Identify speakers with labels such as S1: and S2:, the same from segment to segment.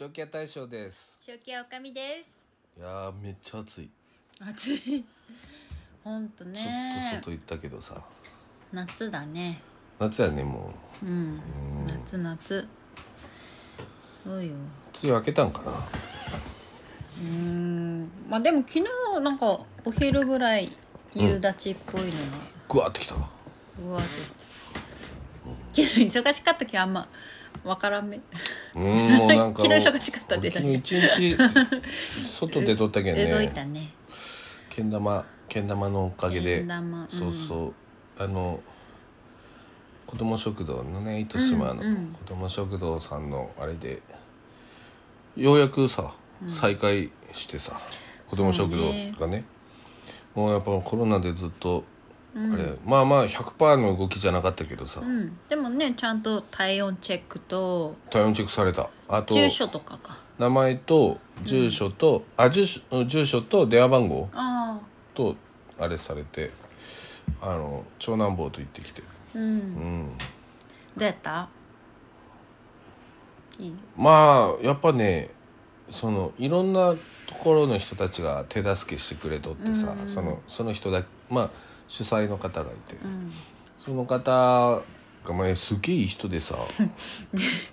S1: 塩気屋大将です
S2: 塩気はおかみです
S1: いやーめっちゃ暑い
S2: 暑いほんと
S1: ちょっと
S2: ね
S1: 外行ったけどさ
S2: 夏だね
S1: 夏やねも
S2: うん夏夏そう
S1: う
S2: よ
S1: 梅雨明けたんかな
S2: うーんまあでも昨日なんかお昼ぐらい夕立ちっぽいのが、
S1: ぐわってきた わ
S2: うわーって昨日忙しかったけどあんまわからんめ
S1: うーんもうなんか
S2: 昨日忙しかった
S1: 俺
S2: で
S1: 昨日一日外出とったけん
S2: 出とい
S1: ね
S2: たね
S1: けん玉けん玉のおかげで
S2: けん玉うん
S1: そうそうあの子供食堂のね糸島の
S2: うんうん
S1: 子供食堂さんのあれでようやくさ再開してさ、子供食堂がねもうやっぱコロナでずっとあれ、まあまあ100%の動きじゃなかったけどさ、
S2: うんでもねちゃんと体温チェックと
S1: 体温チェックされたあと
S2: 住所とかか
S1: 名前と住所と、あ住所うん住所と電話番号
S2: ああ
S1: とあれされてあの長男坊と行ってきて
S2: うん
S1: うん
S2: どうやったいい
S1: まあやっぱねそのいろんなところの人たちが手助けしてくれとってさ、そのその人だまあ主催の方がいて、
S2: ん
S1: その方が、まあ、すげえいい人で さ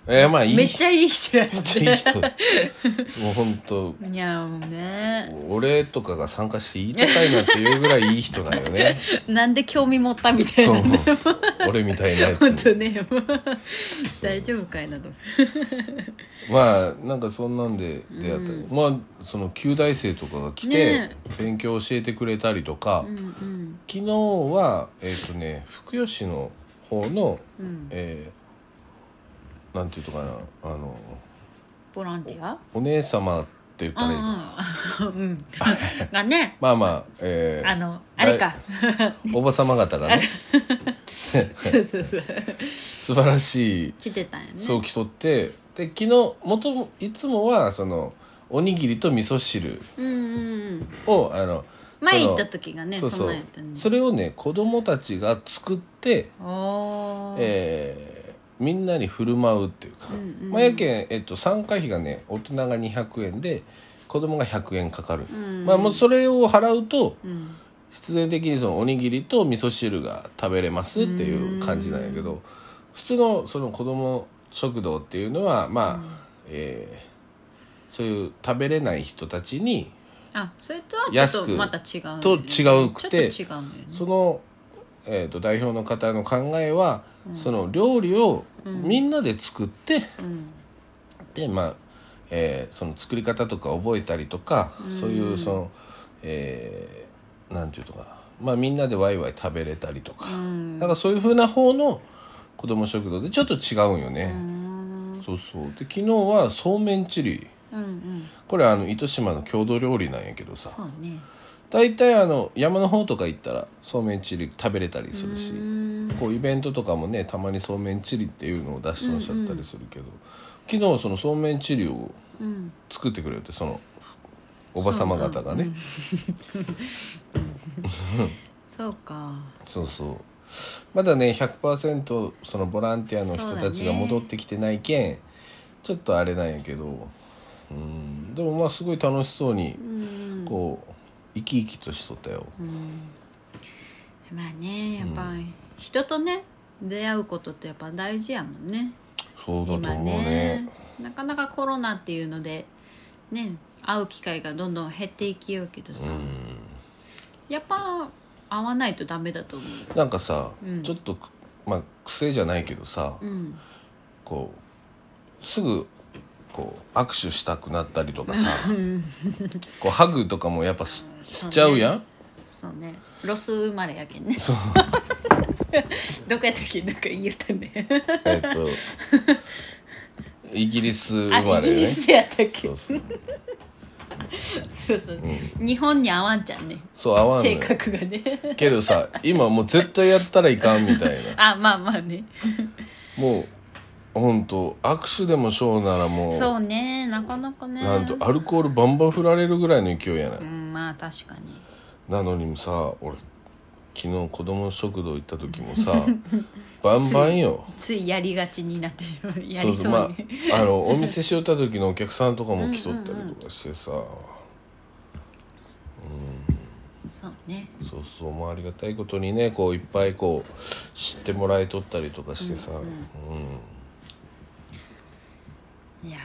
S1: えまあいい
S2: めっち
S1: ゃ
S2: ゃいい人やっ
S1: めっちゃいい人もうほんと
S2: いやもうね
S1: 俺とかが参加して言いたいなっていうぐらいいい人なんよね
S2: なん で興味持ったみたい
S1: そ
S2: な
S1: う俺みたいなやつ
S2: 本
S1: に
S2: 当ね もう大丈夫かいなと
S1: まあなんかそんなんで出会ったり、まあその旧大生とかが来て
S2: ね
S1: 勉強教えてくれたりとか、
S2: うんうん
S1: 昨日はえっ、とね福吉の方の、
S2: うん
S1: えーなんていうのかなあの
S2: ボランティア
S1: お姉様って言った
S2: う
S1: ら
S2: ん
S1: いいの、
S2: うん うんがね
S1: まあまあ、えー
S2: あのあれか
S1: おば様方がね
S2: そうそうそう
S1: 素晴らしい
S2: 来てたんやね
S1: そう着とって、で昨日元々いつもはそのおにぎりと味噌汁
S2: うんうんうん
S1: をあの
S2: 前
S1: その
S2: 行った時がね
S1: そう
S2: そん
S1: そ
S2: な
S1: うん
S2: やったね
S1: それをね子供たちが作って、
S2: おー
S1: えーみんなに振る舞うっていうか、まあやけん、えっと、参加費がね大人が200円で子供が100円かかる、まあ、もうそれを払うと、
S2: ん
S1: 必然的にそのおにぎりと味噌汁が食べれますっていう感じなんやけど、普通のその子供食堂っていうのはまあ、えーそういう食べれない人たちに
S2: あそれとはちょっとまた違うよね
S1: と違うくて
S2: ちょっと違うんだよね
S1: その、えー、と代表の方の考えは、その料理をみんなで作って、でまあ、えーその作り方とか覚えたりとか、そういうその、えーなんていうのかな、まあ、みんなでワイワイ食べれたりとか、なんかそういうふうな方の子ども食堂でちょっと違うんよね。そうそうで昨日はそうめんチリ
S2: うんうん
S1: これあの糸島の郷土料理なんやけどさ
S2: そうね
S1: 大体あの山の方とか行ったらそうめんチリ食べれたりするしこうイベントとかもねたまにそうめんチリっていうのを出しておっしゃったりするけど、昨日そのそうめんチリを作ってくれるってそのおば様方がね、
S2: そうか
S1: そうそうまだね100%そのボランティアの人たちが戻ってきてないけん、ちょっとあれなんやけどうんでもまあすごい楽しそうにこう生き生きとしとったよ。
S2: まあねやっぱ人とね出会うことってやっぱ大事やもんね
S1: そうだと
S2: 今
S1: 思う
S2: ね
S1: ね
S2: なかなかコロナっていうのでね会う機会がどんどん減っていきようけどさやっぱ会わないとダメだと思う
S1: なんかさ、ちょっとくまあ癖じゃないけどさ、
S2: うん
S1: こうすぐこう握手したくなったりとか さこうハグとかもやっぱししちゃうやん
S2: そうねロス生まれやけんねそう どこやったっけなんか言ったね
S1: えっ とイギリス生
S2: あ
S1: ま
S2: イギ
S1: れね
S2: リスやったっけ
S1: そうそう
S2: そうそう、日本に合わんじゃんね
S1: そう合わんの
S2: 性
S1: よ
S2: 格がね
S1: けどさ今もう絶対やったらいかんみたいな
S2: あまあまあね
S1: もうほんと握手でもしょうならもう
S2: そうねなかなかね
S1: なんとアルコールバンバン振られるぐらいの勢いやない、
S2: うんまあ確かに
S1: なのにさ俺昨昨日子供食堂行った時もさ バンバン よ
S2: ついやりがちになってるや
S1: そう
S2: り
S1: そ
S2: そうう
S1: ま
S2: に
S1: ああのお店しよった時のお客さんとかも来とったりとかしてさ、
S2: そうね
S1: そうそうもうありがたいことにねこういっぱいこう知ってもらえとったりとかしてさ、うん
S2: いや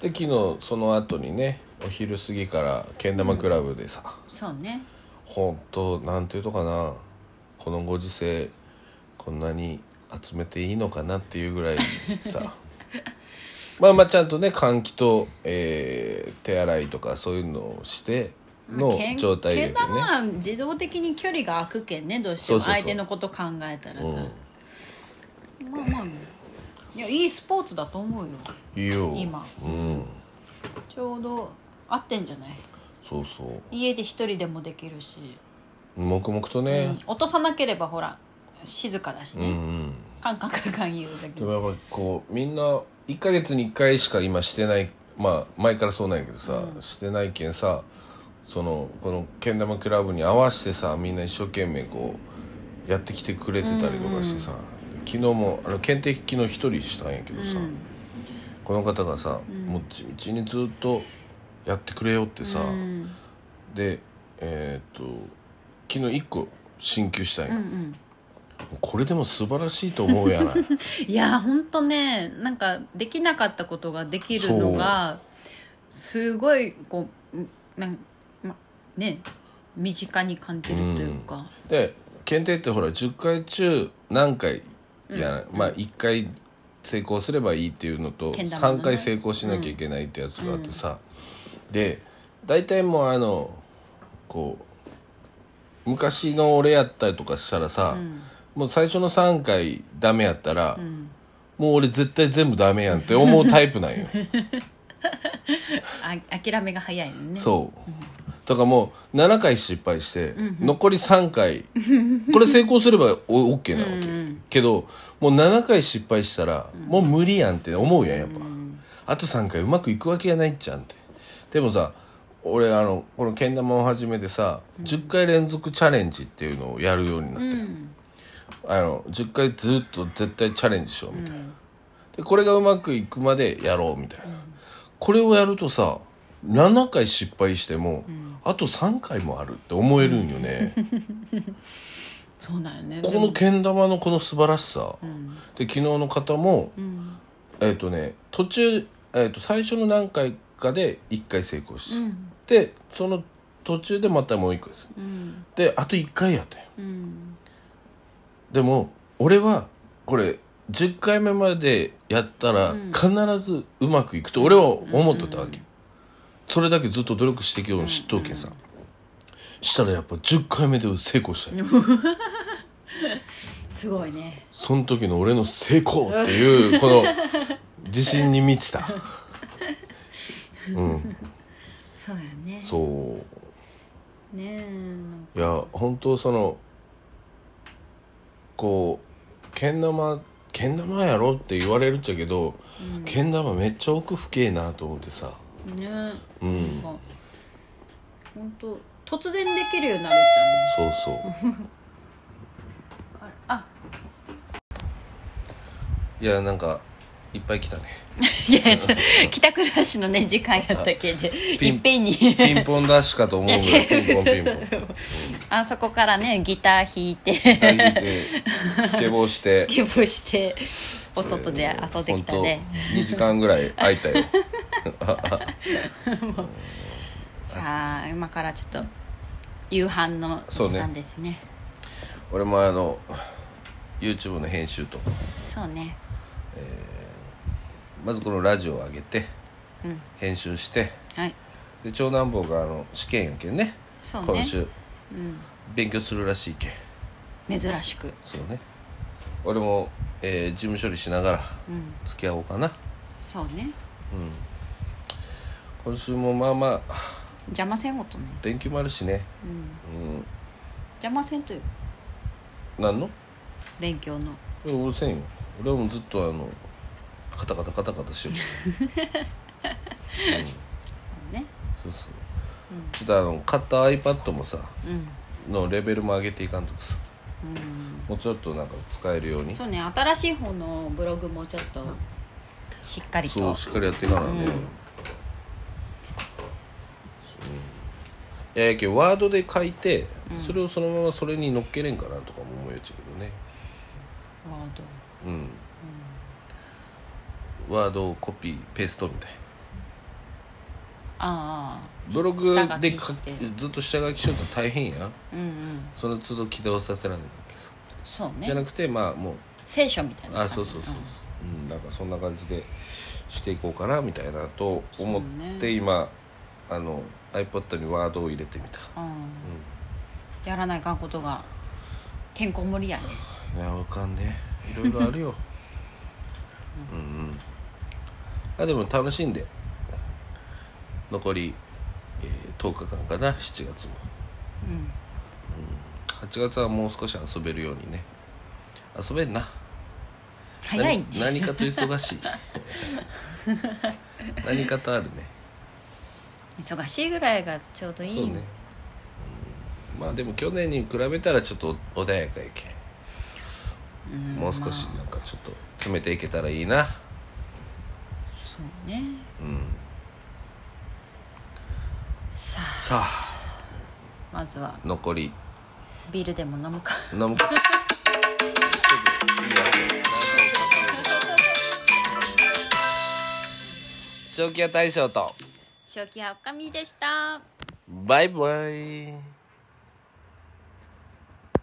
S1: で昨日その後にねお昼過ぎからけん玉クラブでさ、
S2: そうね
S1: ほんとなんていうのかなこのご時世こんなに集めていいのかなっていうぐらい さまあまあちゃんとね換気と、えー手洗いとかそういうのをしての
S2: けん
S1: 状態でね
S2: けん玉は自動的に距離が空くけんねどうして
S1: そう
S2: も
S1: そうそう
S2: 相手のこと考えたらさまあまあいやいいスポーツだと思うよ
S1: いいよ
S2: 今
S1: うん
S2: ちょうど合ってんじゃない
S1: そうそう
S2: 家で一人でもできるし、
S1: 黙々と
S2: う
S1: ね
S2: ん、落とさなければほら静かだし
S1: うん、う
S2: ね、
S1: ん、
S2: カンカンカンカン言うだけ
S1: でもやっぱりこうみんな1ヶ月に1回しか今してないまあ前からそうなんやけどさ、してないけんさそのこのけん玉クラブに合わせてさみんな一生懸命こうやってきてくれてたりとかしてさ、昨日もあの検定昨日一人したんやけどさ、この方がさ、もう地道にずっとやってくれよってさ、でえーっと昨日1個進級したんや、これでも素晴らしいと思うやない
S2: いやほんとねなんかできなかったことができるのがすごいこうんなん、ま、ね身近に感じるというか、
S1: で検定ってほら10回中何回や、まあ1回成功すればいいっていうのと
S2: けん玉のね
S1: 3回成功しなきゃいけないってやつがあってさ、で大体もうあのこう昔の俺やったりとかしたらさ、もう最初の3回ダメやったら、もう俺絶対全部ダメやんって思うタイプなんよ。
S2: あ諦めが早いのね
S1: そうだからもう7回失敗して、残り3回 これ成功すればお OK なわけ、けどもう7回失敗したら、もう無理やんって思うやんやっぱ、あと3回うまくいくわけやないっちゃんってでもさ俺あのこのけん玉を始めてさ、10回連続チャレンジっていうのをやるようになって、あの10回ずっと絶対チャレンジしようみたいな、でこれがうまくいくまでやろうみたいな、これをやるとさ7回失敗しても、あと3回もあるって思えるんよね、
S2: そうだよね
S1: このけん玉のこの素晴らしさ、で昨日の方も、えっ、とね途中、えー、と最初の何回かで1回成功して、でその途中でまたもう1回です、であと1回やったよ、でも俺はこれ10回目までやったら必ずうまくいくと俺は思ってたわけ、それだけずっと努力してきようの知っとうけんさ、したらやっぱ10回目で成功したよ
S2: すごいね
S1: その時の俺の成功っていうこの自信に満ちた
S2: そうやね
S1: そ
S2: ねえ
S1: ういや本当そのこうけん玉けん玉やろって言われるっちゃけど、けん玉めっちゃ奥深えなと思ってさ
S2: ね
S1: う
S2: なん
S1: ん
S2: か本当突然できるようになるじゃ
S1: そうそう
S2: んねああ
S1: いやなんかいっぱい来たね
S2: いやちょ帰宅ラッシュのね時間やったけで
S1: ピ
S2: い
S1: ン
S2: っぺんに
S1: ピンポンダッシュかと思うぐらいピンポンピンポン
S2: あそこからねギター弾いて
S1: 歩いてスケボーして
S2: ケボしてお外で遊んできたね、
S1: 2時間ぐらい空い たよ
S2: さあ今からちょっと夕飯の時
S1: そう
S2: 間
S1: ね
S2: ですね
S1: 俺もあの YouTube の編集と
S2: そうね
S1: まずこのラジオを上げて、編集して
S2: はい
S1: で長男坊があの試験やけんね
S2: そうね
S1: 今週、勉強するらしいけん
S2: 珍しく
S1: そうね俺も、えー事務処理しながら付き合おうかな、
S2: そうね
S1: 今週もまあまあ
S2: 邪魔せんことね
S1: 連休もあるしね、
S2: 邪魔せんという
S1: なんの
S2: 勉強の
S1: 俺うるせんよ俺はもうずっとあのカタカタカタカタしよる
S2: そうね
S1: そうそう、ちょっとあの買った iPad もさ
S2: うん
S1: のレベルも上げていかんとくさもうちょっとなんか使えるように
S2: そうね新しい方のブログもちょっとしっかりと
S1: そうしっかりやっていかなね、そういやいやけどワードで書いて、それをそのままそれに乗っけれんかなとかも思うやちゃうけどね
S2: ワード
S1: うんワードをコピーペーストみたいな
S2: ああ
S1: ブログ
S2: 下書
S1: で
S2: き
S1: か
S2: して
S1: ずっと下書きしようと大変や
S2: うんうん
S1: その都度起動させられないわけさ
S2: そう
S1: じゃな
S2: ね
S1: くてまあもう
S2: 聖書みたいな
S1: あそうそうそうそう、うん、なんかそんな感じでしていこうかなみたいなと思って、
S2: そうね
S1: 今あの iPod にワードを入れてみた
S2: うんやらないかんことがてんこ盛りやね
S1: いやわかんねえいろいろあ るようんうんあでも楽しんで残り、えー10日間かな7月も
S2: うん
S1: 8月はもう少し遊べるようにね遊べんな
S2: 早いね
S1: 何何かと忙 しい何かとあるね
S2: 忙しいぐらいがちょうどいい
S1: そうね、うん、まあでも去年に比べたらちょっと穏やかいけんもう少しなんかちょっと詰めていけたらいいな
S2: そうねさあ
S1: さあ
S2: まずは
S1: 残り
S2: ビールでも飲むか
S1: 飲むかちょっといいよ正気屋大将と
S2: 正気はおかみでした
S1: バイバイ